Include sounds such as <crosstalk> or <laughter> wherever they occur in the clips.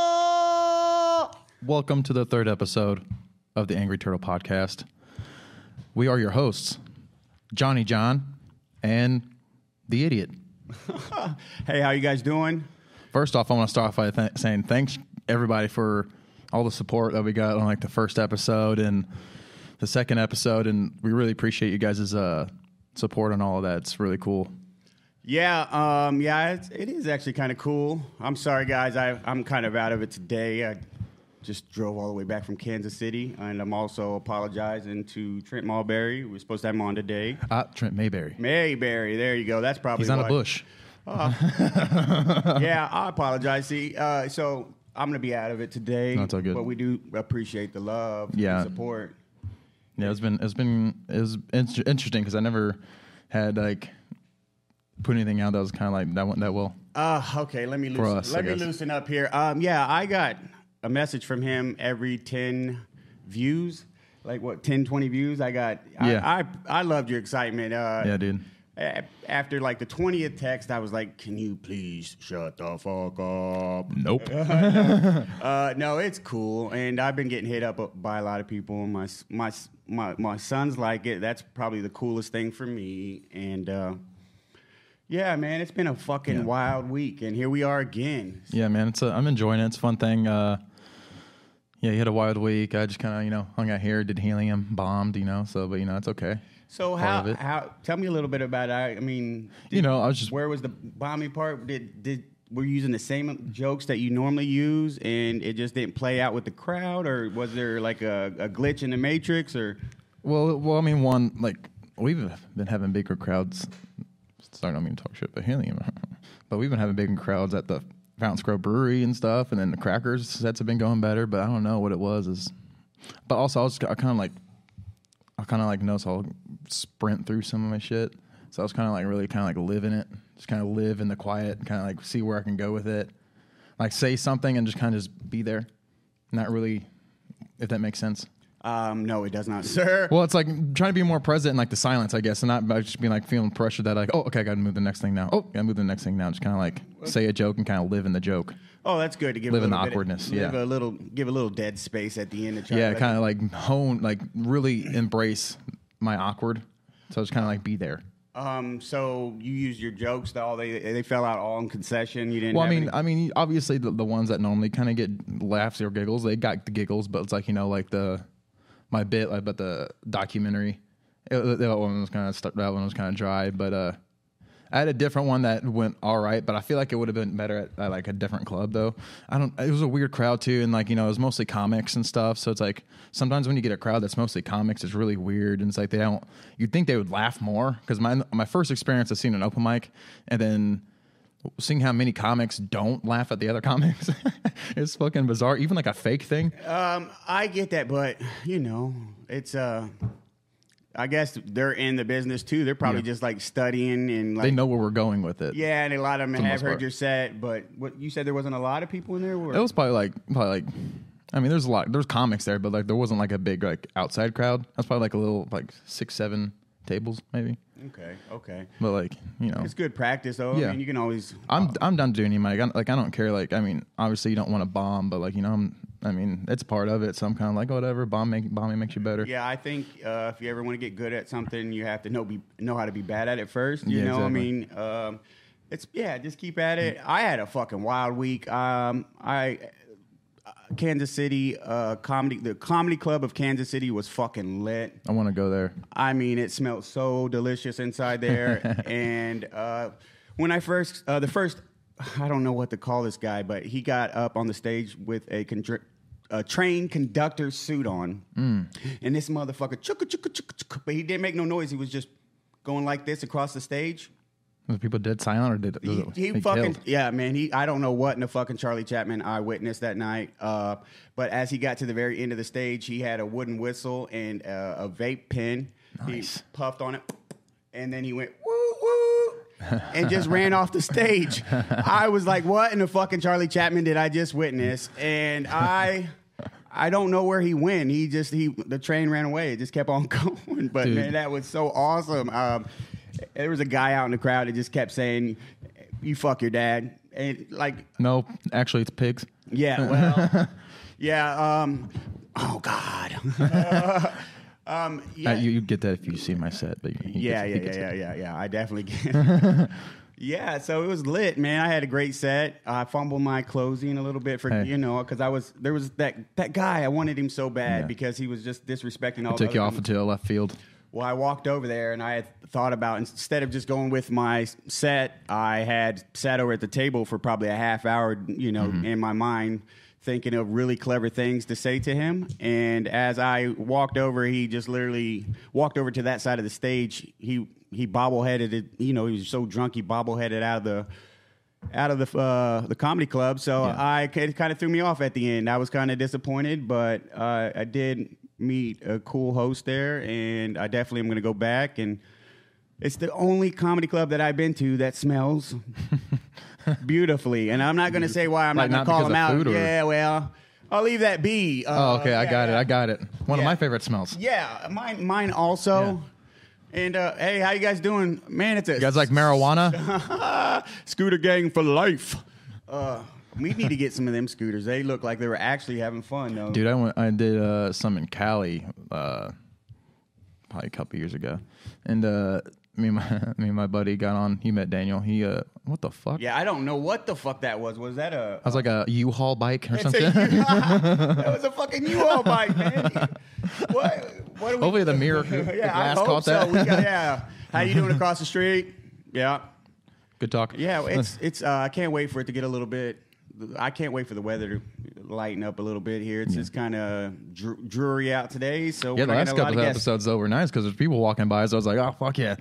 Oh, Welcome to the third episode of the Angry Turtle Podcast. We are your hosts, Johnny John and the Idiot. Hey, how you guys doing? First off, I want to start off by th- saying thanks everybody for all the support that we got on like the first episode and the second episode, and we really appreciate you guys' uh, support on all of that. It's really cool. Yeah, um, yeah, it's, it is actually kind of cool. I'm sorry, guys. I, I'm kind of out of it today. I just drove all the way back from Kansas City, and I'm also apologizing to Trent Mulberry. We are supposed to have him on today. Ah, Trent Mayberry. Mayberry, there you go. That's probably He's on a why. bush. yeah, I apologize. See, uh, so I'm gonna be out of it today. No, it's all good. But we do appreciate the love, Yeah. and support. Yeah, it's been it's been it's inter- interesting because I never had like put anything out that was kind of like that went that well. Uh, okay, let me loosen, us, I let me guess. loosen up here. Um, yeah, I got a message from him every 10 views. Like what 10 20 views I got Yeah. I, I I loved your excitement uh Yeah, dude. a- after like the 20th text I was like can you please shut the fuck up Nope. uh, no, it's cool, and I've been getting hit up by a lot of people. My s- my s- my my sons like it. That's probably the coolest thing for me. And uh, yeah, man, it's been a fucking Yeah. wild week, and here we are again. Yeah, man, it's a, I'm enjoying it. It's a fun thing. Uh, yeah, you had a wild week. I just kind of you know hung out here, did helium, bombed, you know. So, but you know, it's okay. So Part how of it. how tell me a little bit about it. I, I mean, You know, I was just where was the bombing part? Did did were you using the same jokes that you normally use, and it just didn't play out with the crowd, or was there like a, a glitch in the matrix, or well, well. I mean, one like we've been having bigger crowds. Sorry, I don't mean to talk shit about helium, but we've been having bigger crowds at the Fountain Grove Brewery and stuff, and then the crackers sets have been going better. But I don't know what it was. Is but also I was I kind of like I kind of like know, so I'll sprint through some of my shit. So I was kind of like really kind of like living it, just kind of live in the quiet, kind of like see where I can go with it, like say something and just kind of just be there, not really, if that makes sense. um, no, it does not, <laughs> sir. Well, it's like trying to be more present in like the silence, I guess, and not by just being like feeling pressure that like, oh, okay, I got to move the next thing now. Oh, I got to move the next thing now. Just kind of like say a joke and kind of live in the joke. Oh, that's good to give Live a in little the bit- awkwardness, Give yeah. a little, give a little dead space at the end. To try Yeah, to let kind of like hone, like really embrace my awkward. So just kind of like be there. the- Um, so you used your jokes. All they they fell out all in concession. You didn't. Well, I have mean, any- I mean, obviously the, the ones that normally kind of get laughs or giggles, they got the giggles, but it's like you know, like the my bit like, about the documentary. It- that one was kind of that one was kind of dry, but uh, I had a different one that went all right, but I feel like it would have been better at, at like a different club though. I don't. It was a weird crowd too, and like you know, it was mostly comics and stuff. So it's like sometimes when you get a crowd that's mostly comics, it's really weird, and it's like they don't. You'd think they would laugh more because my my first experience of seeing an open mic, and then seeing how many comics don't laugh at the other <laughs> comics it's fucking bizarre even like a fake thing um, I get that, but you know, it's uh, I guess they're in the business too. They're probably just like studying and they like. know where we're going with it yeah, and a lot of them the have most heard part. your set, but what you said there wasn't a lot of people in there. Or? it was probably like probably like i mean there's a lot there's comics there but like there wasn't like a big like outside crowd that's probably like a little like six seven tables maybe okay, okay, but like you know it's good practice though. I Yeah. mean, you can always. i'm i'm done doing any mic I, like i don't care like i mean obviously you don't want to bomb but like you know i'm i mean it's part of it so i'm kind of like whatever bomb make, bombing makes you better Yeah, I think uh, if you ever want to get good at something, you have to know be know how to be bad at it first. You Yeah, know, exactly. Mm. I mean, um, it's yeah, just keep at it. I had a fucking wild week. Um, I uh, Kansas City uh, comedy, the comedy club of Kansas City was fucking lit. i want to go there I mean, it smelled so delicious inside there. and uh, when I first, uh, the first, I don't know what to call this guy, but he got up on the stage with a, con- a train conductor suit on. And this motherfucker, chuka, chuka, chuka, chuka, but he didn't make no noise. He was just going like this across the stage. was people dead silent or did He, was it- he they fucking killed? yeah, man. He I don't know what in the fucking Charlie Chapman I witnessed that night. Uh, but as he got to the very end of the stage, he had a wooden whistle and uh, a vape pen. Nice. He puffed on it, and then he went woo woo, and just ran off the stage. I was like, what in the fucking Charlie Chapman did I just witness? And I. I don't know where he went. He just he the train ran away. It just kept on <laughs> going. But Dude. man, that was so awesome. Um, there was a guy out in the crowd that just kept saying, "You fuck your dad." and like No, actually, it's pigs. yeah, well, yeah. Um, oh God. <laughs> um, Uh, yeah, you you get that if you see my set, but <laughs> you, yeah, yeah, yeah, yeah, yeah, yeah. I definitely get. <laughs> yeah, so it was lit, man. I had a great set. I fumbled my closing a little bit for Hey. you know because I was there was that that guy I wanted him so bad Yeah. because he was just disrespecting all. the Took you other off into a left field. well, I walked over there and I had thought about instead of just going with my set, I had sat over at the table for probably a half hour, you know, in my mind thinking of really clever things to say to him. And as I walked over, he just literally walked over to that side of the stage. He he bobbleheaded it, you know, he was so drunk he bobbleheaded out of the out of the uh, the comedy club. So I it kind of threw me off at the end. I was kind of disappointed, but uh, I did meet a cool host there, and I definitely am going to go back. And it's the only comedy club that I've been to that <laughs> smells beautifully. And I'm not going to say why. I'm Like, not not going to because of call them out. food or- Yeah, well, I'll leave that be. Uh, Oh, okay, I yeah, got it. yeah. I got it. One Yeah. of my favorite smells. You Yeah, mine, mine also. And uh, hey, how you guys doing? Man, it's a guys like marijuana? <laughs> Scooter gang for life. Uh, we need to get some of them scooters. They look like they were actually having fun though. Dude, I went. I did uh, some in Cali, uh, probably a couple years ago, and uh, me and my <laughs> me and my buddy got on. You met Daniel. He uh, what the fuck? Yeah, I don't know what the fuck that was. Was that a? I was like <laughs> a U-Haul bike or It's a something. <laughs> that was a fucking U-Haul <laughs> bike, man. What? What? Are we, Hopefully the <laughs> mirror, the yeah, I glass hope caught so. that. We <laughs> got- yeah. How you doing across the street? Yeah, Good talk. yeah. It's it's. Uh, I can't wait for it to get a little bit. I can't wait for the weather to lighten up a little bit here. It's just kind of dr- dreary out today, so Yeah, the we're last not getting a lot couple of of guests. episodes though were nice because there's people walking by, so I was like, oh fuck yeah.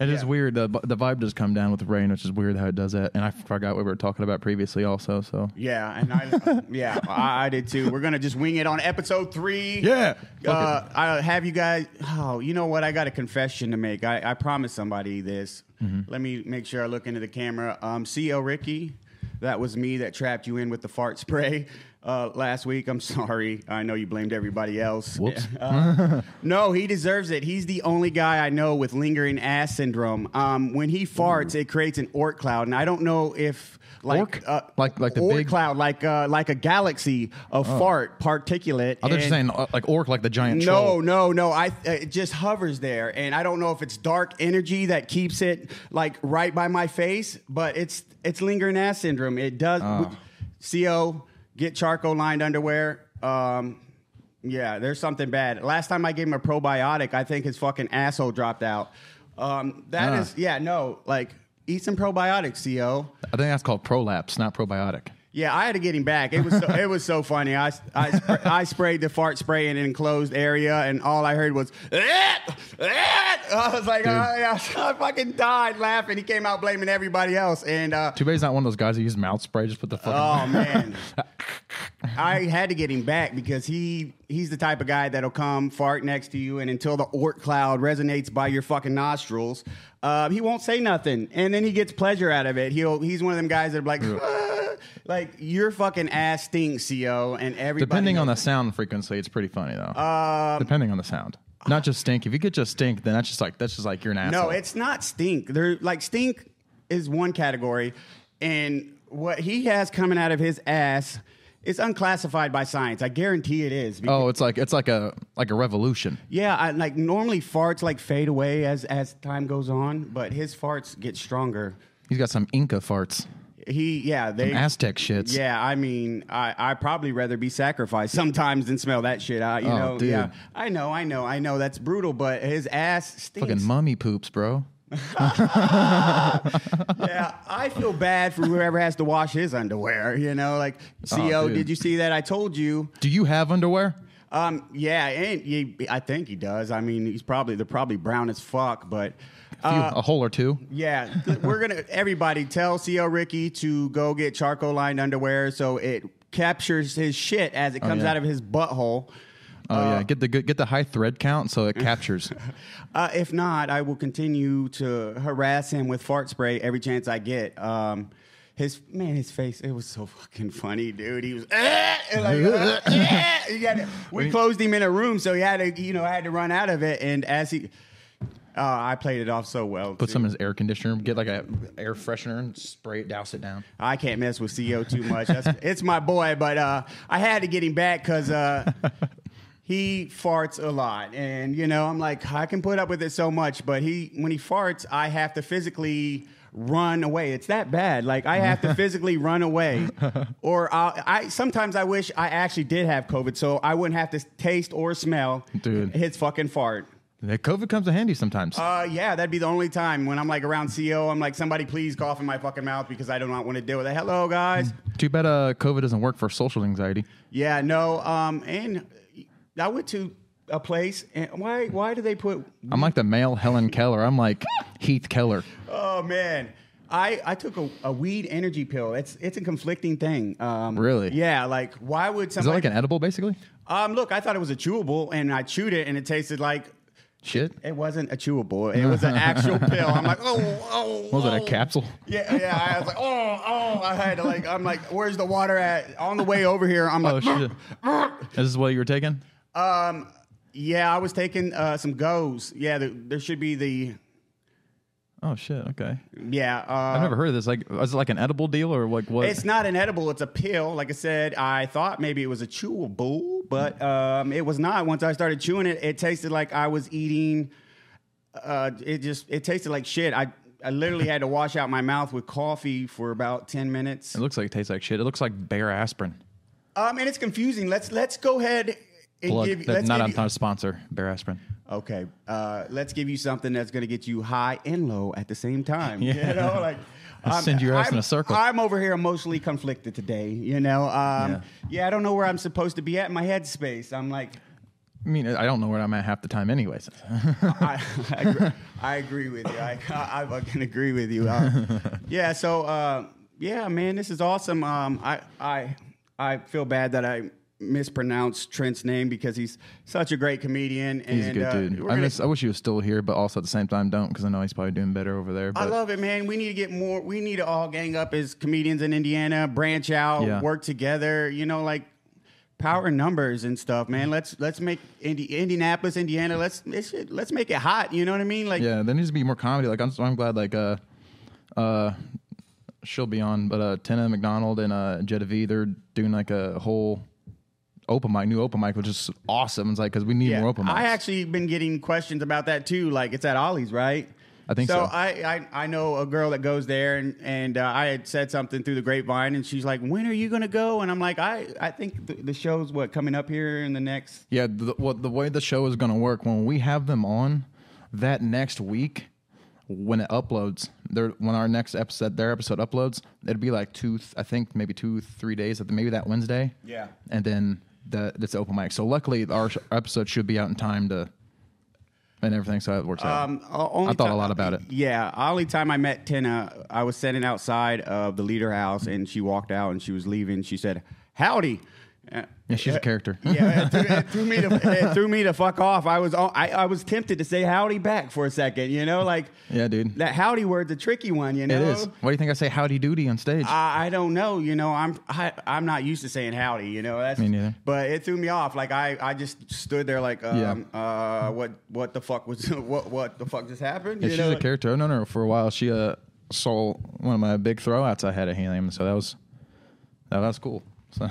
It is Yeah. weird. The the vibe does come down with the rain, which is weird how it does that. And I forgot what we were talking about previously, also. So Yeah, and I yeah, I, I did too. We're gonna just wing it on episode three. Yeah, uh, I have you guys. Oh, you know what? I got a confession to make. I, I promised somebody this. Mm-hmm. Let me make sure I look into the camera. Um, CEO Ricky, that was me that trapped you in with the fart spray uh, last week. I'm sorry. I know you blamed everybody else. <laughs> Whoops. Uh, no, he deserves it. He's the only guy I know with lingering ass syndrome. Um, when he farts, it creates an orc cloud, and I don't know if like uh, Orc? Like- like the orc big- Oh. cloud, like uh, like a galaxy of fart particulate. I thought you were and- saying uh, like orc, like the giant no, troll. no, no. I uh, it just hovers there, and I don't know if it's dark energy that keeps it like right by my face, but it's it's lingering ass syndrome. It does. Co get charcoal lined underwear. Um, yeah, there's something bad. Last time I gave him a probiotic, I think his fucking asshole dropped out. Um, that Ah. is, yeah, no, like eat some probiotics, Co. I think that's called prolapse, not probiotic. Yeah, I had to get him back. It was so, it was so funny. I I, spr- I sprayed the fart spray in an enclosed area, and all I heard was. "Eh, eh." I was like, oh, yeah. <laughs> I fucking died laughing. He came out blaming everybody else, and uh, Too bad he's not one of those guys who uses mouth spray. Just put the fucking. Oh man. I had to get him back because he he's the type of guy that'll come fart next to you and until the orc cloud resonates by your fucking nostrils, uh, he won't say nothing and then he gets pleasure out of it. He'll he's one of them guys that are like "Ah," like your fucking ass stinks, CO, and everybody Depending on the sound frequency, it's pretty funny though. Um, Depending on the sound, not just stink. If you could just stink, then that's just like that's just like you're an asshole. No, it's not stink. They're like stink is one category, and what he has coming out of his ass is unclassified by science. I guarantee it is. oh, it's like it's like a like a revolution. Yeah, I, like normally farts like fade away as as time goes on, but his farts get stronger. He's got some Inca farts, He yeah they Aztec shits. yeah I mean I I probably rather be sacrificed <laughs> sometimes than smell that shit. I you Oh, know dude. yeah I know I know I know that's brutal, but his ass stinks. Fucking mummy poops, bro. yeah, I feel bad for whoever has to wash his underwear. You <laughs> know like Co Oh, dude. did you see that? I told you. Do you have underwear? Um yeah and he, I think he does. I mean he's probably they're probably brown as fuck, but. Few- Uh, a hole or two. Yeah, th- we're gonna everybody tell CO Ricky to go get charcoal lined underwear so it captures his shit as it comes Oh, yeah. out of his butthole. Oh yeah, get the good, get the high thread count <laughs> so it captures. Uh, if not, I will continue to harass him with fart spray every chance I get. Um, his man, his face, it was so fucking funny, dude. He was "Eh," and like, "Eh, <laughs> eh." He had to- we closed him in a room, so he had to, you know, had to run out of it. And as he, Uh, I played it off so well. Put too. some in his air conditioner. Get like a air freshener and spray it, douse it down. I can't mess with CO too much. That's, <laughs> it's my boy, but uh, I had to get him back because uh, he farts a lot, and you know I'm like I can put up with it so much, but he when he farts, I have to physically run away. It's that bad. Like I have to physically run away, or I'll, I sometimes I wish I actually did have COVID, so I wouldn't have to taste or smell Dude. his fucking fart. The COVID comes in handy sometimes. Uh, yeah, that'd be the only time when I'm like around CO. I'm like, somebody please cough in my fucking mouth because I do not want to deal with it. Hello, guys. Too bad uh, COVID doesn't work for social anxiety. Yeah, no. Um, and I went to a place, and why? Why do they put? I'm like the male Helen Keller. I'm <laughs> like Heath Keller. Oh man, I I took a, a weed energy pill. It's it's a conflicting thing. Um, Really? Yeah. Like, why would Is that somebody? like an edible, basically? um, look, I thought it was a chewable, and I chewed it, and it tasted like. Shit. It wasn't a chewable. It was <laughs> an actual pill. I'm like, oh, oh. What was it, oh. a <laughs> capsule? Yeah, yeah. I was like, oh, oh. I had to like, I'm like, where's the water at? On the way over here, I'm Oh, like, shit. Is this what you were taking? um, yeah. I was taking uh, some goes. Yeah, there, there should be the Oh, shit. Okay. yeah. Uh, I've never heard of this. Like, is it like an edible deal or like what? It's not an edible. It's a pill. Like I said, I thought maybe it was a chewable, but um, it was not. Once I started chewing it, it tasted like I was eating. Uh, it just it tasted like shit. I I literally had to wash out my mouth with coffee for about ten minutes. it looks like it tastes like shit. It looks like bare aspirin. Um, and it's confusing. Let's let's go ahead and Plug. give. That- Let's not, give I'm you- not a sponsor. Bare aspirin. Okay, uh, let's give you something that's going to get you high and low at the same <laughs> time. You know, like I'm- Send your ass in I'm- a circle. I'm over here emotionally conflicted today. You know, um, yeah. Yeah. I don't know where I'm supposed to be at in my headspace. I'm like, I mean, I don't know where I'm at half the time, anyways. I, <laughs> I, agree, I agree with you. I, I fucking agree with <laughs> you. Uh, yeah. So uh, yeah, man, this is awesome. Um, I I I feel bad that I mispronounced Trent's name because he's such a great comedian. He's and, a good uh, dude. we're I, gonna- miss, I wish he was still here, but also at the same time, don't because I know he's probably doing better over there. But I love it, man. We need to get more. We need to all gang up as comedians in Indiana, branch out, Yeah. work together. You know, like power in numbers and stuff, Mm-hmm. man. Let's let's make Indi- Indianapolis, Indiana. Let's it's, let's make it hot. You know what I mean? Like, yeah, there needs to be more comedy. Like I'm, so- I'm glad like uh, uh, she'll be on, but uh, Tina McDonald and uh, Jetta V, they're doing like a whole open mic, new open mic, which is awesome. It's like because we need yeah. more open mics. I actually been getting questions about that too. Like, it's at Ollie's, right? I think so. I, I I know a girl that goes there, and and uh, I had said something through the grapevine, and she's like, "When are you gonna go?" And I'm like, "I I think the, the show's what coming up here in the next." Yeah, the, what the way the show is going to work when we have them on that next week when it uploads, their when our next episode their episode uploads, it'd be like two th- I think maybe two three days at the, maybe that Wednesday. Yeah. and then the that's open mic. So luckily our sh- episode should be out in time to and everything, so it works out. Um, o- only I thought a ti- lot about it. Yeah, only time I met Tina, I was sitting outside of the leader house, and she walked out and she was leaving. She said, "Howdy." Uh, Yeah, she's a character. <laughs> yeah, it threw, it threw me to it threw me to fuck off. I was all- I, I was tempted to say howdy back for a second, you know, like Yeah, dude. that howdy word's a tricky one, you know. It is. Why do you think I say howdy doody on stage? I, I don't know. You know, I'm I, I'm not used to saying howdy. You know, that's Me neither. But it threw me off. Like I, I just stood there like, um, uh, what what the fuck was <laughs> what what the fuck just happened? Yeah, you she's know, a character. I've known her for a while. She uh saw one of my big throwouts I had at Helium, so that was that was cool. So <laughs>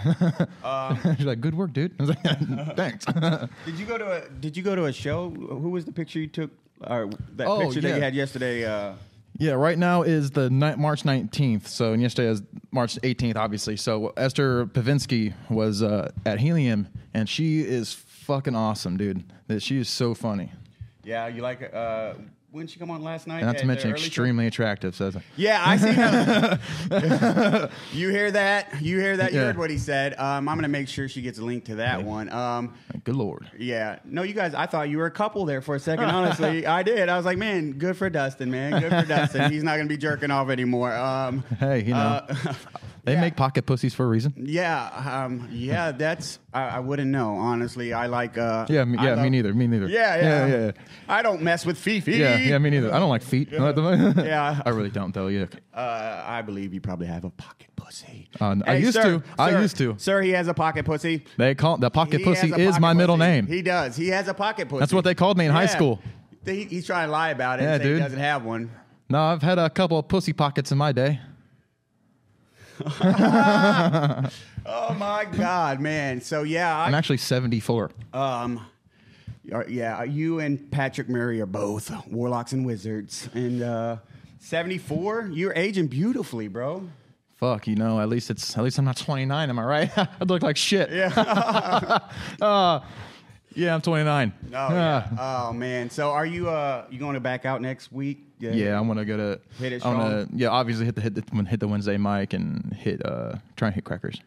Um, she's like, "Good work, dude." <laughs> I was like, "Thanks." <laughs> Did you go to a Did you go to a show? Who was the picture you took? Or that Oh, picture that you yeah. had yesterday? Uh, yeah, right now is the ni- March nineteenth. So and yesterday is March eighteenth, obviously. So Esther Pavinsky was uh, at Helium, and she is fucking awesome, dude. That she is so funny, yeah, you like? Uh, when she come on last night? and not at to the mention early show? extremely attractive. So. it's like- <laughs> Yeah, I see. <laughs> that. you hear that? You hear that? You Yeah. heard what he said. Um, I'm gonna make sure she gets a link to that one. Um, like, Good lord. yeah, no, you guys. I thought you were a couple there for a second. <laughs> Honestly, I did. I was like, man, good for Dustin, man. Good for Dustin. He's not gonna be jerking off anymore. Um, Hey, you know, uh, <laughs> they yeah. make pocket pussies for a reason. Yeah, um, yeah, that's I, I wouldn't know honestly. I like uh, Yeah, me, I yeah, love- me neither. Me neither. Yeah, yeah, yeah, yeah. I don't mess with Fifi. Yeah, yeah, me neither. I don't like feet. <laughs> Yeah. I really don't though. Yuck. Uh, I believe you probably have a pocket pussy. Uh, I used sir, to. I sir, used to. Sir, he has a pocket pussy. They call the pocket He has pussy a is pocket my middle pussy. name. He does. He has a pocket pussy. That's what they called me in high Yeah. school. He, he's trying to lie about it. Yeah, and say dude. He doesn't have one. No, I've had a couple of pussy pockets in my day. Oh my God, man. So I'm yeah, actually 74. I, um, are- yeah, you and Patrick Murray are both warlocks and wizards, and uh, seventy four. You're aging beautifully, bro. Fuck, you know, at least it's at least I'm not 29. Am I right? <laughs> I look like shit. Yeah. <laughs> uh, yeah, I'm 29. Oh, yeah. oh man. So are you uh you going to back out next week? Yeah, I'm gonna go to Hit it I'm gonna- yeah, obviously hit the hit the hit the Wednesday mic and hit uh try and hit crackers.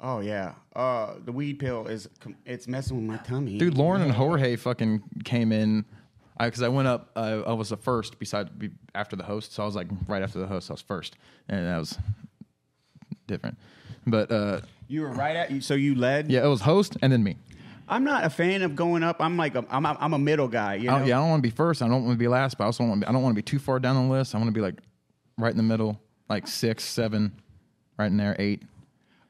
Oh yeah. Uh, the weed pill is com- it's messing with my tummy. Dude, Lauren and Jorge fucking came in. I because I went up. I, I was the first beside be- after the host, so I was like right after the host. I was first, and that was different. But uh, you were right at you. So you led. yeah, it was host and then me. I'm not a fan of going up. I'm like a, I'm a, I'm a middle guy. You I know? don't- Oh, yeah, I don't want to be first. I don't want to be last, but I also want to. I don't want to be too far down the list. I want to be like right in the middle, like six, seven, right in there, eight.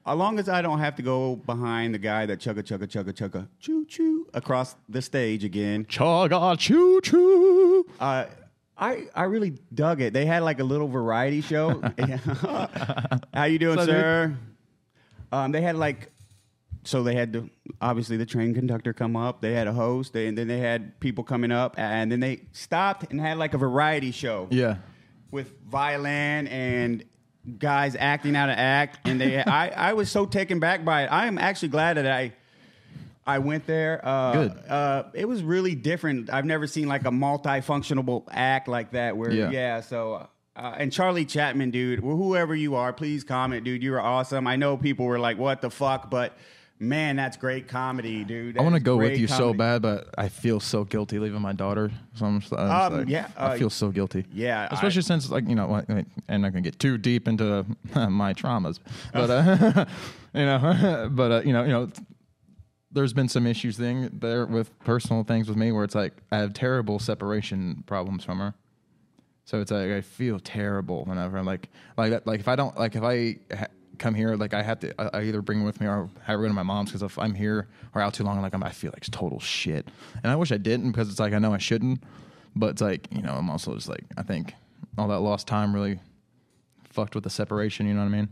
As long as I don't have to go behind the guy that chugga chugga chugga chugga choo choo across the stage again. Chugga choo choo. Uh, I I really dug it. They had like a little variety show. How you doing, What's up, sir? Um, they had like so they had the, obviously the train conductor come up. They had a host, they, and then they had people coming up, and then they stopped and had like a variety show Yeah, with violin and guys acting out of act and they I, I was so taken back by it i am actually glad that i i went there uh, Good. uh it was really different i've never seen like a multifunctional act like that where Yeah. yeah, so uh, and charlie chapman dude wh- whoever you are please comment dude you're awesome i know people were like what the fuck but man that's great comedy dude I want to That is go with great you so comedy. bad, but I feel so guilty leaving my daughter. So I'm just, I'm just Um, like, yeah, I uh, feel so guilty. yeah, I- especially since like you know, like, like, I'm not gonna get too deep into <laughs> my traumas, Oh. but uh, <laughs> you know, <laughs> but uh, you know, you know, there's been some issues thing there with personal things with me where it's like I have terrible separation problems from her. So it's like I feel terrible whenever I'm like like that, like if I don't like if I ha- come here like I have to I, I either bring her with me or I go to my mom's because if I'm here or out too long like I'm, I feel like total shit and I wish I didn't because it's like I know I shouldn't but it's like you know I'm also just like I think all that lost time really fucked with the separation you know what I mean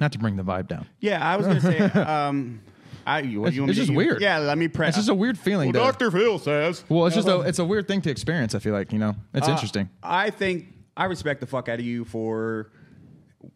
not to bring the vibe down yeah i was <laughs> gonna say um I, you, what, It's- you want it's me to- just weird. Yeah, let me press. it's just a weird feeling Well, though. Dr. Phil says. well it's just a it's a weird thing to experience I feel like you know it's Ah. interesting I think I respect the fuck out of you for.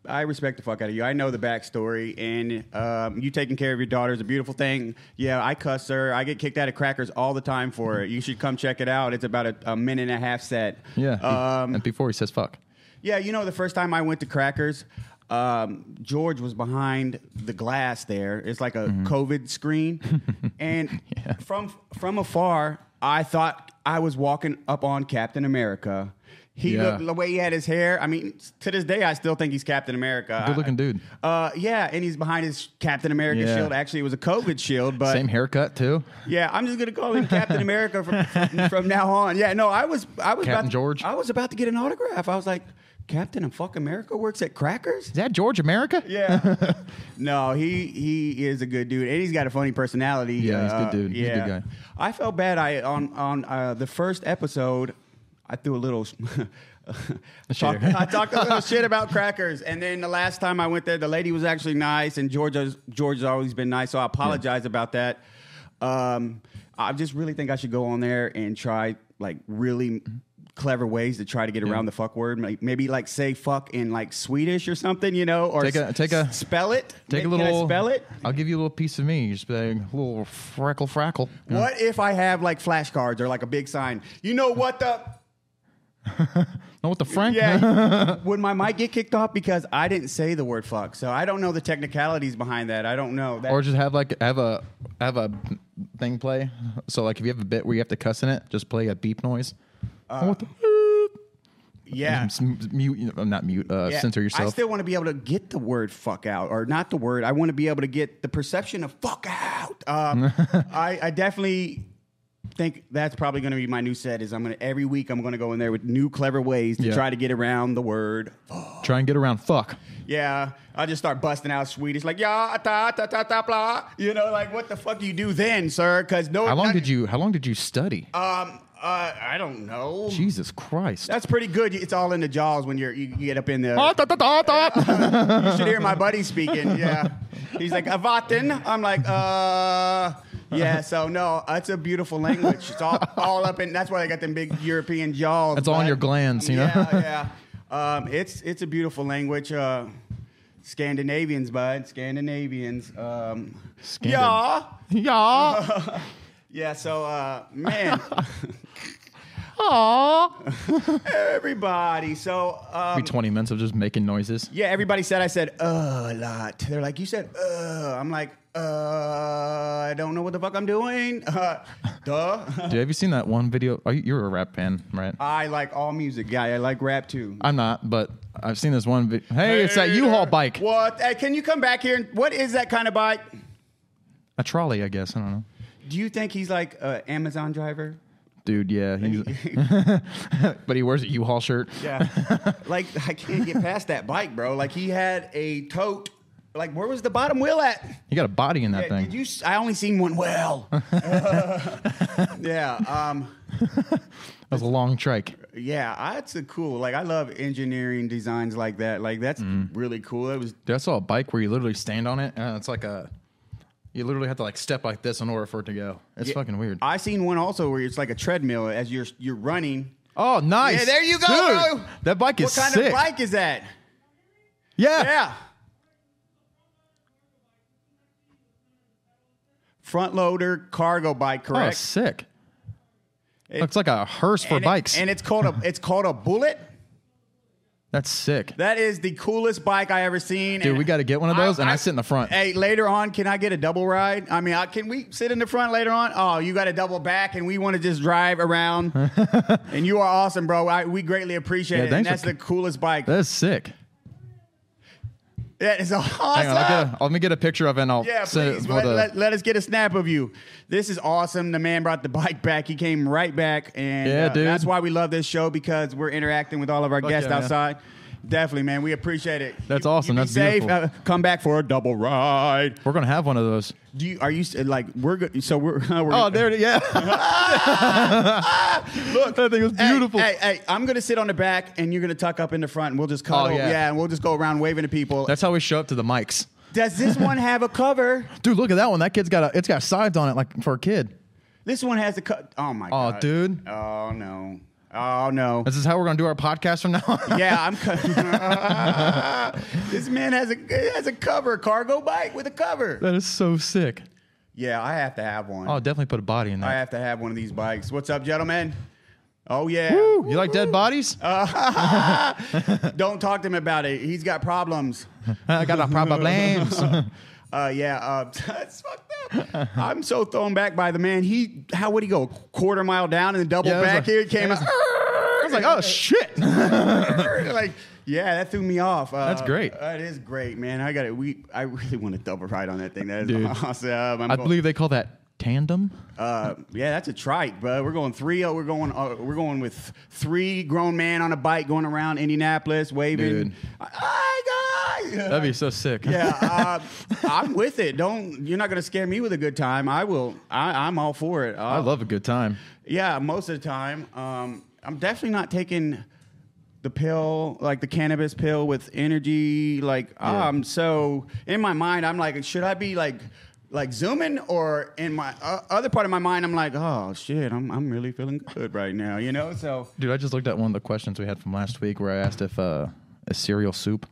I respect the fuck out of you. I know the backstory, and um, you taking care of your daughter is a beautiful thing. Yeah, I cuss her. I get kicked out of Crackers all the time for it. You should come check it out. It's about a, a minute and a half set. yeah Um, and before he says fuck yeah, you know, the first time I went to Crackers, um, George was behind the glass there. It's like a Mm-hmm. <laughs> COVID screen, and from from afar, I thought I was walking up on Captain America. He Yeah. looked the way he had his hair. I mean, to this day, I still think he's Captain America. good looking dude Uh, yeah, and he's behind his Captain America Yeah. shield. Actually, it was a COVID shield, but same haircut too. yeah, I'm just gonna call him Captain America from from now on. Yeah, no, I was I was about Captain to, George? I was about to get an autograph. I was like, Captain of Fuck America works at Crackers. Is that George America? <laughs> Yeah, no, he he is a good dude, and he's got a funny personality. Uh, Yeah, he's a good dude. He's a good guy. I felt bad. I on on uh, the first episode, I threw a little. <laughs> talk, Shit. I talked a little shit about crackers, and then the last time I went there, the lady was actually nice, and Georgia's George's always been nice, so I apologize about that. Um, I just really think I should go on there and try like really clever ways to try to get around the fuck word. Like, Maybe like say fuck in like Swedish or something, you know, or Take a- s- take a- spell it. Take a Can little. I spell it. I'll give you a little piece of me. Just be like, a little freckle, frackle. What if I have like flashcards or like a big sign? You know what <laughs> the. Know what the frank? Yeah. Would my mic get kicked off because I didn't say the word fuck? So I don't know the technicalities behind that. I don't know. That, Or just have like have a have a thing play. So like if you have a bit where you have to cuss in it, just play a beep noise. what the? Uh, yeah. Just m- Mute. you know, Not mute. Uh, Yeah. Censor I yourself. still want to be able to get the word fuck out, or not the word. <laughs> I want to be able to get the perception of fuck out. Um, I, I Uh, definitely think that's probably going to be my new set. Is I'm going to every week I'm going to go in there with new clever ways to Yeah. try to get around the word. Try and get around fuck. Yeah, I just start busting out Swedish like ya ta ta ta ta blah. You know, like what the fuck you do then, sir? Because no. How long did you how long did you study? Um, uh, I don't know. Jesus Christ. That's pretty good. It's all in the jaws when you're you get up in there. Ah, da, da, da, <laughs> da. You should hear my buddy speaking. Yeah. He's like, Avatin. I'm like, uh, yeah. So, no, it's a beautiful language. It's all, all up in, that's why they got them big European jaws. It's all in bud. your glands, you know? Yeah, yeah. Um, it's, it's a beautiful language. Uh, Scandinavians, bud. Scandinavians. Um, Scandin- yeah. Yeah. Uh, Yeah. So, uh, man, Aw. um, everybody. So, um, Be 20 minutes of just making noises. Yeah, everybody said I said uh a lot. They're like, you said uh. I'm like, uh, I don't know what the fuck I'm doing. <laughs> Uh, duh. <laughs> Dude, have you seen that one video? Are you, you're a rap fan, right? I like all music, guy. I like rap too. I'm not, but I've seen this one video. Hey, it's that U-Haul bike. What? Hey, can you come back here? and What is that kind of bike? A trolley, I guess. I don't know. Do you think he's like an Amazon driver? Dude, yeah. <laughs> He's, <laughs> but he wears a U-Haul shirt. Yeah. <laughs> like I can't get past that bike, bro. Like he had a tote. Like where was the bottom wheel at? He got a body in that Yeah, thing. Did you? s- I only seen one <laughs> wheel. yeah. Um. that was a long trike. Yeah, I- that's a cool. Like I love engineering designs like that. Like that's Mm-hmm. really cool. It was Dude, I saw a bike where you literally stand on it, and it's like a. You literally have to like step like this in order for it to go. It's fucking weird. I seen one also where it's like a treadmill as you're you're running. oh, nice. Yeah, there you go, Dude, bro. That bike is What kind sick. of bike is that? Yeah. Yeah. Front loader cargo bike, Oh, correct? sick. Looks like a hearse for and it- bikes. and it's called a it's called a bullet. That's sick. That is the coolest bike I ever seen. Dude, And we got to get one of those, and I, sit in the front. Hey, later on, can I get a double ride? I mean, I, can we sit in the front later on? Oh, you got a double back, and we want to just drive <laughs> around. and you are awesome, bro. I, we greatly appreciate Yeah, it. And thanks that's for- the coolest bike. That is sick. That is <laughs> awesome. Hang on, I'll get a, let me get a picture of it, and I'll yeah, send please. it. for Let, the, let- let us get a snap of you. This is awesome. The man brought the bike back. He came right back, and uh, Yeah, dude. that's why we love this show because we're interacting with all of our guests yeah, man. outside. Definitely, man. We appreciate it. That's You- awesome. you be That's safe. beautiful. Uh, come back for a double ride. we're gonna have one of those. Do you are you s- like we're good? So we're, <laughs> we're Oh, there it is. <laughs> Yeah. Look, That thing was Hey, beautiful. Hey, hey, I'm gonna sit on the back, and you're gonna tuck up in the front, and we'll just cuddle. Oh, yeah. and we'll just go around waving to people. That's how we show up to the mics. Does this one have a cover? Dude, look at that one. That kid's got a, it's got sides on it like for a kid. This one has a cut. Oh my Oh, god. dude. Oh no. Oh no. This is how we're gonna do our podcast from now on. <laughs> Yeah, I'm. Co- <laughs> this man has a it has a cover cargo bike with a cover. that is so sick. Yeah, I have to have one. Oh, definitely put a body in I that. have to have one of these bikes. What's up, gentlemen? Oh yeah. Uh. Woo, you like dead bodies? Don't talk to him about it. He's got problems. <laughs> I got a proper <laughs> blames. Uh, yeah, uh, <laughs> that's fucked up. I'm so thrown back by the man. He, how would he go? Quarter mile down and then double Yeah, it was back like- here. Came it <laughs> was- out. <laughs> I was like, oh shit. like, yeah, that threw me off. Uh, That's great. That is great, man. I got it. We, I really want to double ride on that thing. That is Dude. <laughs> awesome. I'm I going- believe they call that tandem. Uh, yeah, that's a trike, bro. We're going three. Oh, we're going. Uh, we're going with three grown men on a bike going around Indianapolis, waving. Dude. Hi guys. That'd be so sick. Yeah, uh, I'm with it. Don't you're not going to scare me with a good time. I will. I, I'm all for it. <laughs> Uh, I love a good time. Yeah, most of the time. Um, I'm definitely not taking the pill, like the cannabis pill with energy. Like ah, I'm so in my mind, I'm like, should I be like. Like zooming, or in my uh, other part of my mind, I'm like, oh shit, I'm I'm really feeling good right now, you know. So Dude, I just looked at one of the questions we had from last week where I asked if uh, a cereal soup,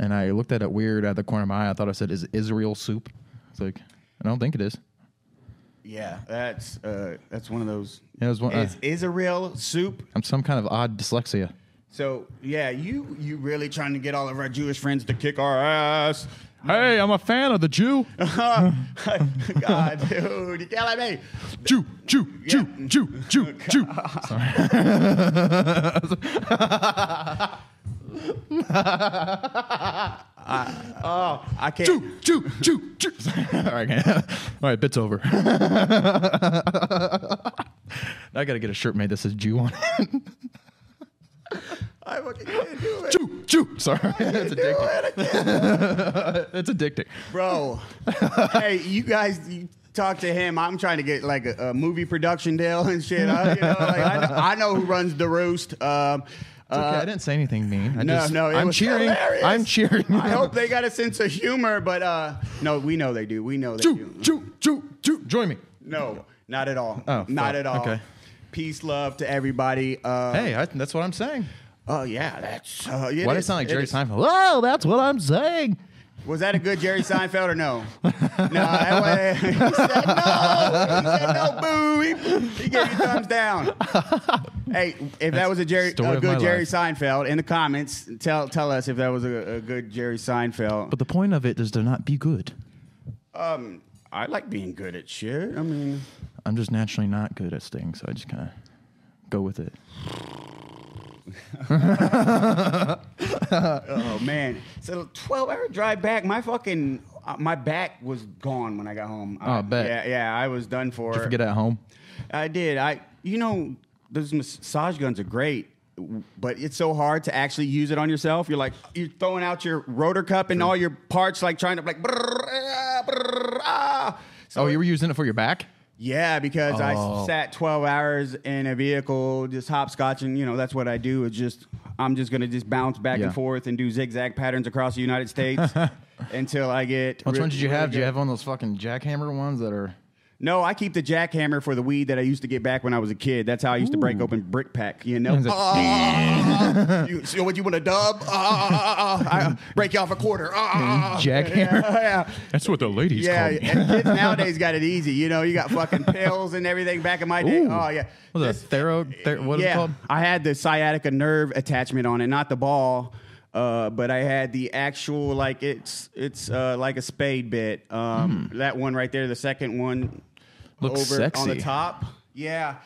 and I looked at it weird out of the corner of my eye. I thought I said, "Is Israel soup?" It's like I don't think it is. yeah, that's uh, that's one of those. Yeah, it was one- uh, Is Israel soup I'm some kind of odd dyslexia. So yeah, you you really trying to get all of our Jewish friends to kick our ass? <laughs> Hey, I'm a fan of the Jew, God, dude, you're killing me. Jew, Jew, Jew, Jew, Jew, Jew. Sorry. I can't. Jew, Jew, <laughs> Jew, Jew. All right, all right, bit's over. I gotta get a shirt made that says Jew on it. I fucking can't do it. Jew, Jew. <laughs> Sorry, it's addicting. it's addicting. <laughs> Bro, hey, you guys, you talk to him. I'm trying to get like a, a movie production deal and shit. I, you know, like, I, know, I know who runs the roost. Um, It's okay, uh, I didn't say anything mean. I no, just, no, it I'm was cheering. hilarious. I'm cheering. I hope they got a sense of humor, but uh, no, we know they do. We know they Jew, do. Jew, Jew, Jew. Join me. No, not at all. Oh, not fuck. at all. Okay. Peace, love to everybody. Uh, Hey, I, that's what I'm saying. Oh yeah, that's. Uh, it Why does it is- sound like it Jerry is. Seinfeld? Oh, that's what I'm saying. Was that a good Jerry Seinfeld <laughs> or no? no, that way, <laughs> he said no. He said no. Boo. He, he gave you thumbs <laughs> down. hey, if that was a Jerry, story a of my good Jerry life. Seinfeld, in the comments, tell tell us if that was a, a good Jerry Seinfeld. But the point of it is to not be good. Um, I like being good at shit. I mean, I'm just naturally not good at sting, so I just kind of go with it. oh man, so twelve hour drive back. My fucking uh, my back was gone when I got home. Oh, I bet. Yeah, yeah, I was done for. Did you forget at home? I did. I, you know, those massage guns are great, but it's so hard to actually use it on yourself. You're like, you're throwing out your rotor cup and all your parts, like trying to like. brrr, ah, brrr, ah. So, Oh, you were using it for your back? yeah, because I Oh. sat 12 hours in a vehicle, just hopscotching. You know, that's what I do. Is just I'm just gonna just bounce back Yeah. and forth and do zigzag patterns across the United <laughs> States until I get. Which re- one did you really have? Do good. you have one of those fucking jackhammer ones that are? No, I keep the jackhammer for the weed that I used to get back when I was a kid. That's how I used to break open brick pack, you know? It's <laughs> like- Uh-huh. Ah, you, so what you want a dub? Ah, I break you off a quarter. Ah, Jackhammer. Yeah, That's what the ladies yeah. yeah. And kids nowadays got it easy. You know, you got fucking pills and everything back in my day. Oh, yeah. <laughs> What was This- that? Thero? Ther- what is it yeah, called? I had the sciatica nerve attachment on it, not the ball, uh, but I had the actual like it's it's uh, like a spade bit. Um, That one right there, the second Hmm. one Looks over on the sexy. top. Yeah,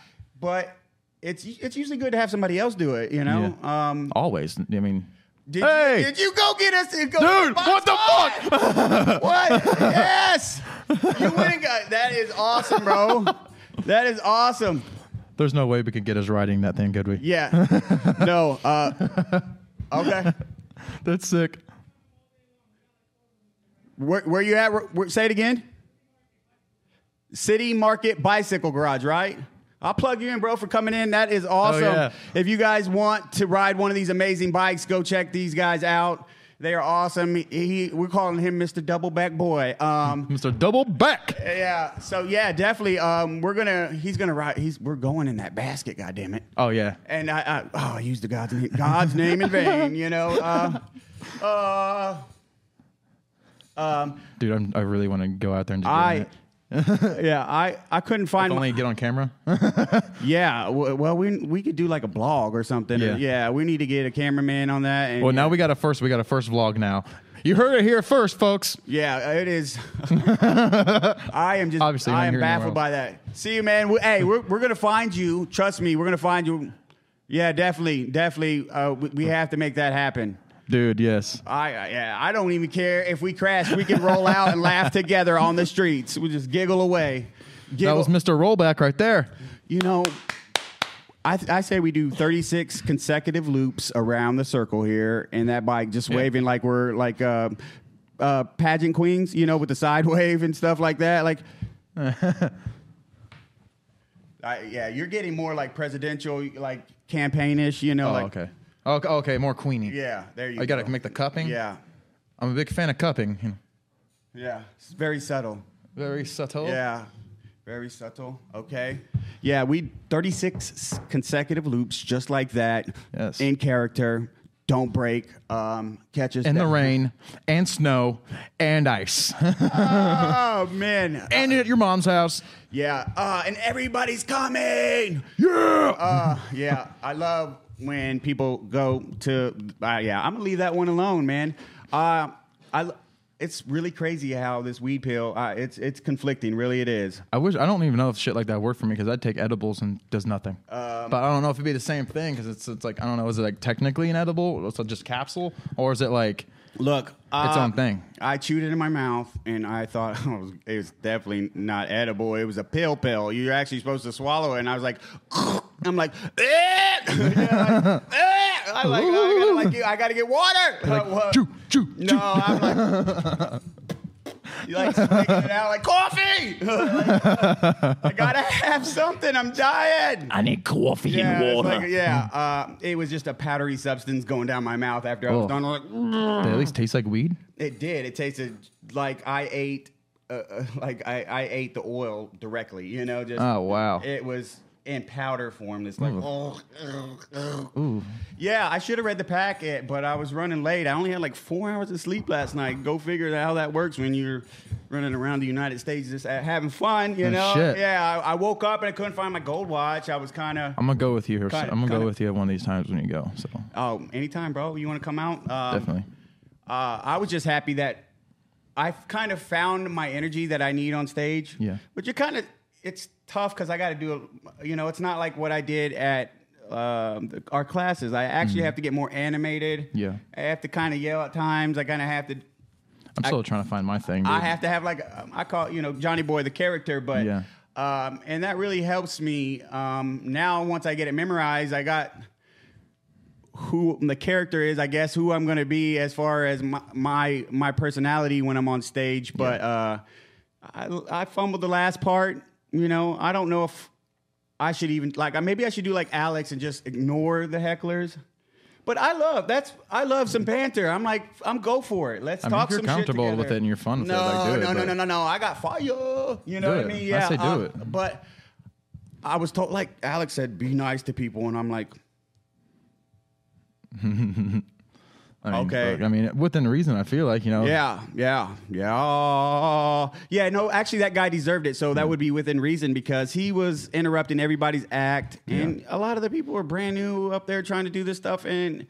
but it's it's usually good to have somebody else do it. You know. Yeah. Um, Always. I mean, did, Hey! you, did you go get us? Go dude, what the fuck? <laughs> what? Yes, you went and got that is awesome, bro. That is awesome. There's no way we could get us riding that thing, could we? Yeah. No. Uh, okay. That's sick. Where, where you at? Where, where- say it again. City Market Bicycle Garage, right? I'll plug you in, bro, for coming in. That is awesome. yeah. If you guys want to ride one of these amazing bikes, go check these guys out. They are awesome. He, we're calling him Mr. Doubleback Boy. Um, Mr. Double Back. yeah. So yeah, definitely. Um, we're gonna. He's gonna ride. He's. We're going in that basket. God damn it. Oh, yeah. And I, I oh, I used the God's name, God's name in vain. You <laughs> know. Uh, uh, Dude, I'm, I really want to go out there and just get in I it. <laughs> yeah, I I couldn't find If my, only get on camera. yeah. w- Well, we we could do like a blog or something. Yeah, Yeah. we need to get a cameraman on that. And Well, now we got a first. We got a first vlog now. You heard it here first, folks. yeah, <laughs> it is. I am just Obviously, I not am here anywhere baffled by that. See you, man. We, hey, we're we're gonna find you. Trust me, we're gonna find you. Yeah, definitely, definitely. Uh, we, we have to make that happen. Dude, yes. I I- yeah, I don't even care if we crash. We can roll out and laugh together on the streets. We just giggle away. That Giggle. was Mr. Rollback right there. You know, I, I say we do 36 consecutive loops around the circle here, and that bike just waving like we're like uh, uh, pageant queens, you know, with the side <laughs> wave and stuff like that. <laughs> Like, I, yeah, you're getting more like presidential, like campaignish, you know, Oh, like okay. Okay, okay, more Queenie. yeah, there you I go. gotta make the cupping. yeah, I'm a big fan of cupping. you know. yeah, it's very subtle. Very subtle. Yeah. Very subtle. Okay. Yeah, we 36 s- consecutive loops just like that. Yes. In character. Don't break. Um, catches. In the that- rain and snow and <laughs> ice. Oh, man. and at your mom's house. Yeah. Uh, and everybody's coming. Yeah. Uh, yeah. I love when people go to. Uh, yeah, I'm going to leave that one alone, man. Uh, I. l- It's really crazy how this weed pill. Uh, it's it's conflicting. Really, it is. I wish I don't even know if shit like that worked for me because I'd take edibles and does nothing. Um, but I don't know if it'd be the same thing because it's it's like I don't know. Is it like technically an edible? It's just capsule, or is it like Look, uh, Its own thing. I chewed it in my mouth, and I thought <laughs> it was, it was definitely not edible. It was a pill pill. You're actually supposed to swallow it, and I was like, <laughs> I'm like, <laughs> eh! Yeah, like, eh! I like, I gotta, like, get- I gotta get water. Like, <laughs> what? Choo, choo, choo. No, I'm like, you like squeaking it out like coffee. <laughs> I gotta have something. I'm dying. I need coffee Yeah, it's like- yeah. Uh, it was just a powdery substance going down my mouth after I was Oh. done. I'm like, Did it at least taste like weed? it did. It tasted like I ate, uh, uh, like I, I ate the oil directly. You know, just Oh, wow. Mm. it was in powder form. It's like, oh, Ooh. yeah. I should have read the packet, but I was running late. I only had like four hours of sleep last night. Go figure out how that works when you're running around the United States just uh, having fun. You Oh, know, shit. yeah. I, I woke up and I couldn't find my gold watch. I was kind of. I'm gonna go with you here. so- Cut it, I'm gonna cut go it. with you one of these times when you go. So Oh, anytime, bro. You want to come out? Um, definitely. Uh, I was just happy that I've kind of found my energy that I need on stage. Yeah. But you kind of, it's tough because I got to do, a- you know, it's not like what I did at um, the- our classes. I actually have to get more animated. Mm-hmm. Yeah. I have to kind of yell at times. I kind of have to, I'm still trying to find my thing. Dude. I have to have like, um, I call, it, you know, Johnny Boy the character, but. Yeah. Um, and that really helps me. Um, now, once I get it memorized, I got who the character is, I guess, who I'm going to be as far as my, my my personality when I'm on stage. But uh, I, I fumbled the last part. You know, I don't know if I should even like. Maybe I should do like Alex and just ignore the hecklers. But I love that's I love some banter. I'm like I'm go for it. Let's I mean, talk if you're some comfortable shit with together. it and you're fun with it, no, like, do it, no, no, but- no, no, no. I got fire. You know Do what I it. mean? I Yeah. say do uh, it. But I was told like Alex said, be nice to people, and I'm like, I mean, okay. fuck, I mean, within reason, I feel like you know. Yeah, yeah, yeah. Yeah, no, actually, that guy deserved it. So that would be within reason because he was interrupting everybody's act. And a lot of the people were brand new up there trying to do this stuff. And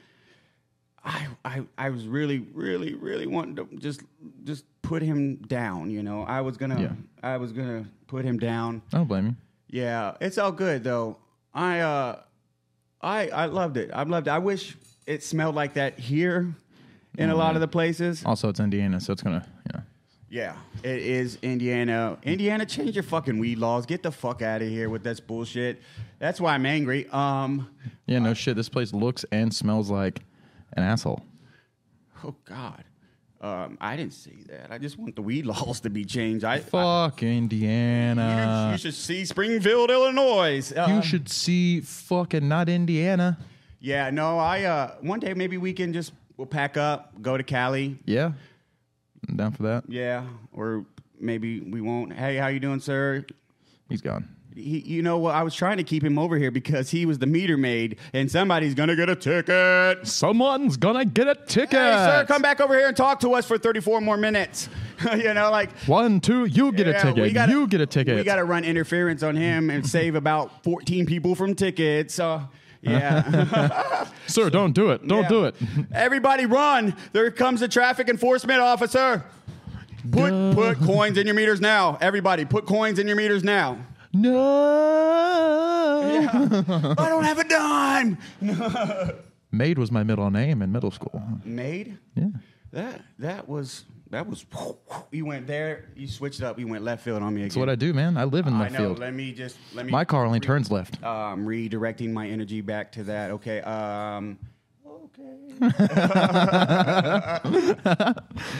I, I, I was really, really, really wanting to just, just put him down. You know, I was gonna, Yeah. I was gonna put him down. I don't blame you. Yeah, it's all good though. I, uh, I, I loved it. I loved it. I wish it smelled like that here in a Mm-hmm. lot of the places. Also, it's Indiana, so it's gonna. You know. Yeah, it is Indiana. Indiana, change your fucking weed laws. Get the fuck out of here with this bullshit. That's why I'm angry. Um, Yeah, no shit. This place looks and smells like an asshole. oh God, um, I didn't say that. I just want the weed <laughs> laws to be changed. I, I- Fuck you Indiana. should see Springfield, Illinois. Uh, You should see fucking not Indiana. yeah, no, I. Uh, one day maybe we can just we'll pack up, go to Cali. Yeah. I'm down for that. Yeah, or maybe we won't. Hey, how you doing, sir? He's gone. He, you know what? I was trying to keep him over here because he was the meter maid, and somebody's gonna get a ticket. Someone's gonna get a ticket. Hey, sir, come back over here and talk to us for 34 more minutes. <laughs> you know, like. One, two, you get a yeah, ticket. we gotta- you get a ticket. We got to run interference on him and save about 14 people from tickets. So, <laughs> yeah. sir, don't do it. Don't Yeah. do it. <laughs> <laughs> Everybody run. There comes the traffic enforcement officer. Put, put coins in your meters now. Everybody, put coins in your meters now. No. I don't have a dime. Maid was my middle name in middle school. Made? Yeah. That that was that was you went there, you switched up, you went left field on me again. That's what I do, man. I live in I left know. field. Let me just let me. My car only turns left. Um, redirecting my energy back to that. Okay. Um, okay. <laughs>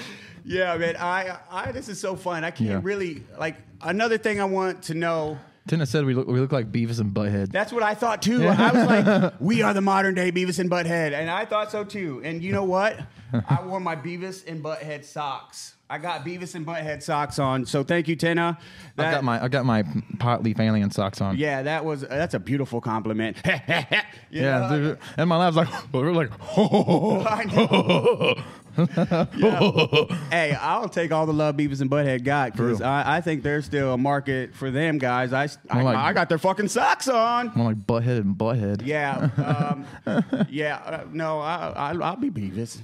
yeah, man. I, I. This is so fun. I can't Yeah. really like. Another thing I want to know. Tina said we look, we look like Beavis and Butthead. That's what I thought too. I was <laughs> like, we are the modern day Beavis and Butthead, and I thought so too. And you know what? I wore my Beavis and Butthead socks. I got Beavis and Butthead socks on. So thank you, Tina. I That- got my I got my pot leaf alien socks on. Yeah, that was that's a beautiful compliment. <laughs> You Yeah, know? dude. and my lab's like <laughs> we were like, I know. Yeah. Hey, I'll take all the love Beavis and Butthead got because real. I, I think there's still a market for them guys. I, I, More like- I got their fucking socks on. <laughs> I'm like butthead and butthead. <laughs> Yeah, um, yeah. uh, no, I, I, I'll <laughs> be Beavis.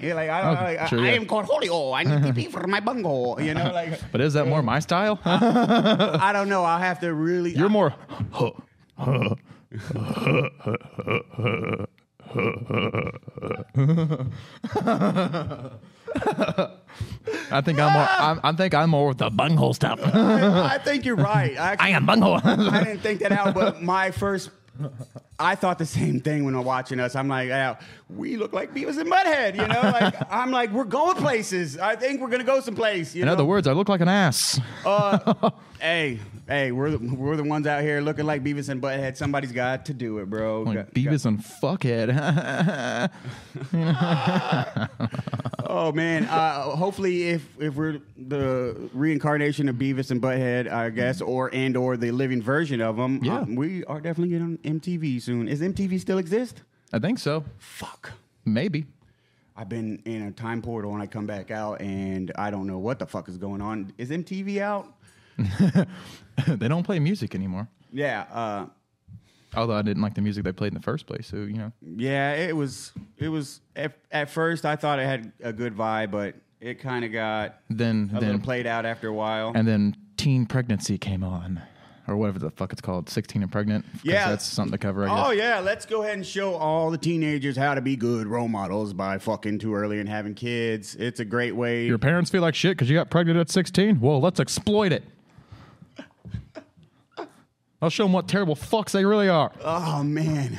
You're like I, I, I, sure, I yeah. am called holy oil. I need to pee for my bunghole. You know, like But is that more my style? <laughs> I don't know. I'll have to really. You're more <laughs> I think I'm more. I'm, I think I'm more with the bunghole stuff. <laughs> I think you're right. I, I am bunghole. <laughs> I didn't think that out, but my first, I thought the same thing when I'm watching us. I'm like, yeah, we look like Beavis and Butthead, you <laughs> know? Like, I'm like, we're going places. I think we're gonna go someplace. You In know? other words, I look like an ass. uh, hey, hey, we're the, we're the ones out here looking like Beavis and Butthead. Somebody's got to do it, bro. Like Got- Beavis and fuckhead. <laughs> Oh man! Uh, hopefully, if if we're the reincarnation of Beavis and Butthead, I guess, or and or the living version of them, Mm-hmm. Yeah. we are definitely getting on MTV soon. Is MTV still exist? I think so. Fuck! Maybe. <laughs> I've been in a time portal and I come back out and I don't know what the fuck is going on. Is MTV out? they don't play music anymore. Yeah, uh, Although I didn't like the music they played in the first place, so you know. yeah. It was it was at, at first I thought it had a good vibe, but it kind of got Then a then little played out after a while. and then teen pregnancy came on, or whatever the fuck it's called, sixteen and pregnant. 'cause Yeah. that's something to cover. I guess. Oh yeah, let's go ahead and show all the teenagers how to be good role models by fucking too early and having kids. It's a great way. Your parents feel like shit because you got pregnant at sixteen. Well, let's exploit <laughs> it. I'll show them what terrible fucks they really are. oh man,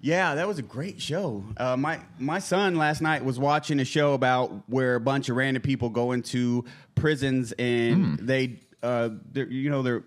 yeah, that was a great show. Uh, my my son last night was watching a show about where a bunch of random people go into prisons and Hmm. they, uh, they're, you know, they're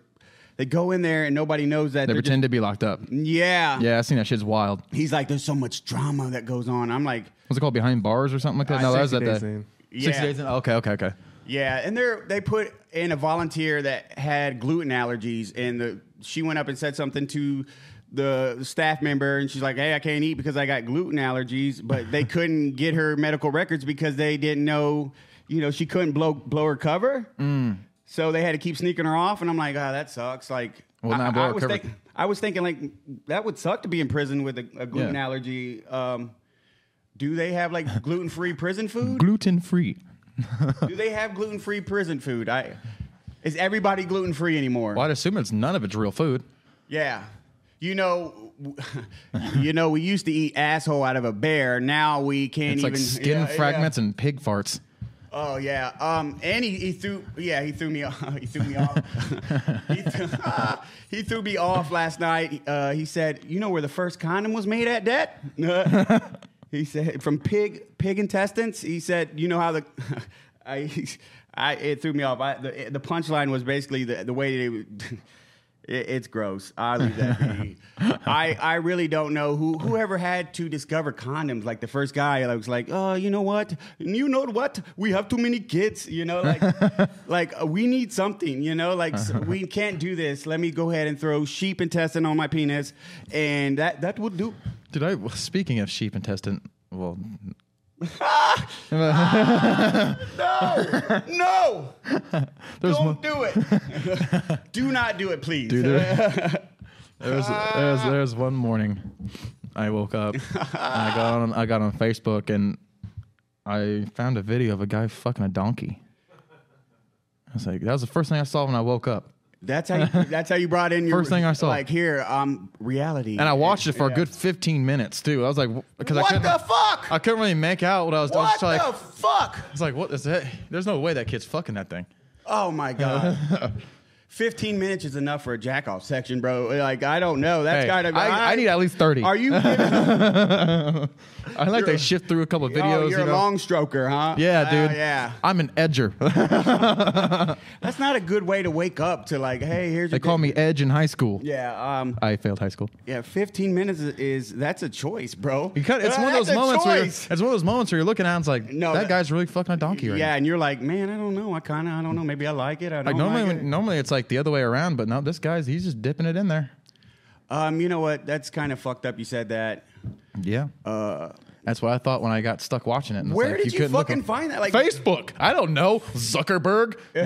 they go in there and nobody knows that They they're pretend to be locked up. just- yeah. Yeah, I seen that shit's wild. He's like, there's so much drama that goes on. I'm like. What's it called? Behind bars or something like that? Uh, no, that was 60 at days the in. Yeah. sixty days. In? Okay, okay, okay. Yeah, and they they put in a volunteer that had gluten allergies, and the she went up and said something to the staff member, and she's like, "Hey, I can't eat because I got gluten allergies," <laughs> but they couldn't get her medical records because they didn't know, you know, she couldn't blow blow her cover, Mm. so they had to keep sneaking her off, and I'm like, "Ah, that sucks." Like, Well, I, not I- blow I her was cover. thinking, I was thinking like that would suck to be in prison with a, a gluten Yeah. allergy. Um, do they have like gluten free prison food? Gluten free. Do they have gluten free prison food? I is everybody gluten free anymore? Well, I'd assume it's none of it's real food. Yeah. You know, <laughs> you know, we used to eat asshole out of a bear. Now we can't It's even like skin yeah, yeah. fragments and pig farts. Oh yeah. Um, and he, he threw yeah he threw me <laughs> off he threw me off he, threw, <laughs> he threw me off last night. Uh, he said, "You know where the first condom was made at, <laughs> Dad?" <laughs> he said from pig pig intestines. He said, "You know how the." <laughs> I, I, it threw me off. I, the, the punchline was basically the, the way they would. <laughs> It, it's gross. I leave that be. I, I really don't know who whoever had to discover condoms. Like the first guy that was like, oh, you know what? You know what? We have too many kids. You know, like like uh, we need something. You know, like s we can't do this. Let me go ahead and throw sheep intestine on my penis, and that that would do. Did I? well, Speaking of sheep intestine, well, No, no, <laughs> there's one. don't do it. <laughs> do not do it, please. Dude, there, <laughs> there was, there was- there was one morning I woke up. and I got on I got on Facebook and I found a video of a guy fucking a donkey. I was like, that was the first thing I saw when I woke up, That's how you, that's how you brought in your First thing I saw. Like here, um, reality. and I watched it for a Yeah. good 15 minutes too. I was like, because I What couldn't, the fuck? I couldn't really make out what I was. I was what just like, the fuck? I was like, what is that? There's no way that kid's fucking that thing. <laughs> Oh my god. Fifteen minutes is enough for a jack off section, bro. Like I don't know. That's Hey, gotta. I, I need at least 30. Are you? <laughs> Videos, I like they shift through a couple of videos. oh, you're you a know? long stroker, huh? Ah, yeah, Oh, dude. yeah, I'm an edger. that's not a good way to wake up to. Like, hey, here's. They your call dick. me Edge in high school. Yeah. Um. I failed high school. Yeah. Fifteen minutes is, is that's a choice, bro. You cut- it's Uh, one of that's those a moments where you're, choice. it's one of those moments where you're looking at it and it's like, No, that, that- guy's really fucking a donkey right Yeah, now. and you're like, man, I don't know. I kind of, I don't know. Maybe I like it. I don't Like normally, like it. when- normally it's like the other way around, but no, this guy's he's just dipping it in there. Um, you know what? That's kind of fucked up. You said that. Yeah, Uh, that's what I thought when I got stuck watching it. And it's Where like, did you, couldn't look fucking up- find that? Like, Facebook? I don't know. Zuckerberg, is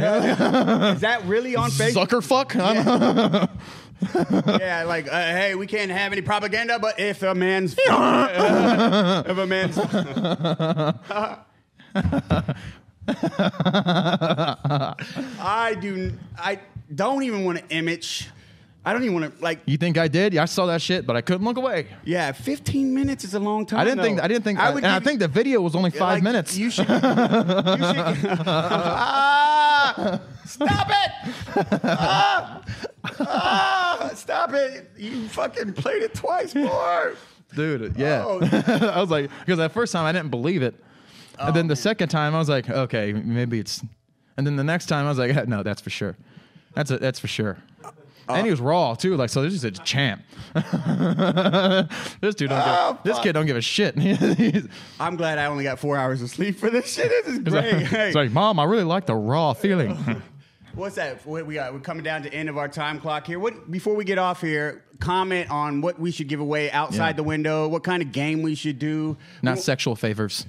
that <laughs> really on Facebook? Zuckerfuck. I don't- yeah, like, uh, hey, we can't have any propaganda, but if a <laughs> man's, <laughs> if a man's, <laughs> I do, I don't even want to image. I don't even want to like. <laughs> You think I did? Yeah, I saw that shit, but I couldn't look away. Yeah, 15 minutes is a long time. I didn't think. though. I didn't think. I, would and I give think the video was only you- five like, minutes. You should. you should <laughs> Ah! stop it! <laughs> Ah! Ah! stop it! You fucking played it twice more. dude. Yeah, Oh. <laughs> I was like, because that first time I didn't believe it, Oh, and then the second time I was like, okay, maybe it's, and then the next time I was like, <laughs> no, that's for sure, that's a, that's for sure. Uh, and he was raw too, like so. This is a champ. <laughs> this dude don't. Oh, give, this fuck. kid don't give a shit. <laughs> He's- I'm glad I only got four hours of sleep for this shit. This is he's great. like, <laughs> Hey, he's like, mom, I really like the raw feeling. <laughs> what's that? What we got? We're coming down to the end of our time clock here. What before we get off here? Comment on what we should give away outside Yeah. the window. What kind of game we should do? Not sexual favors.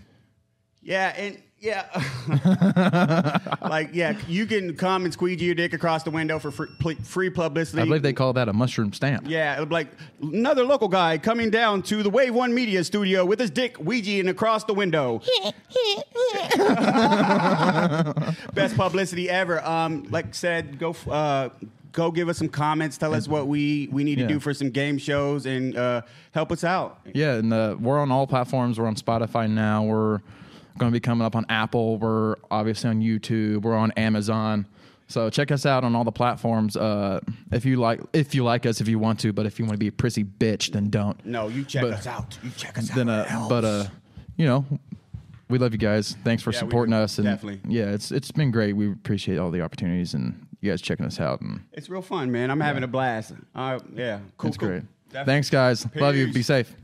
Yeah, and <laughs> yeah, like yeah, you can come and squeegee your dick across the window for free, pl- free publicity. I believe they call that a mushroom stamp. Yeah, it'll be like another local guy coming down to the Wave One Media studio with his dick Ouijaing across <laughs> the window. Best publicity ever. Um, like said, go f- uh, go give us some comments. Tell us what we we need Yeah. to do for some game shows and uh, help us out. Yeah, and uh we're on all platforms. We're on Spotify now. We're going to be coming up on Apple. We're obviously on YouTube. We're on Amazon. So check us out on all the platforms. Uh, if you like, if you like us, if you want to, but if you want to be a prissy bitch, then don't. No, you check But- us out. You check us Then, out. uh, but uh, you know, we love you guys. Thanks for Yeah, we supporting do. us. And Definitely. yeah, it's it's been great. We appreciate all the opportunities and you guys checking us out. And It's real fun, man. I'm having a blast. Uh, yeah, cool. it's cool. great. Definitely. Thanks, guys. Love you. Peace. Be safe.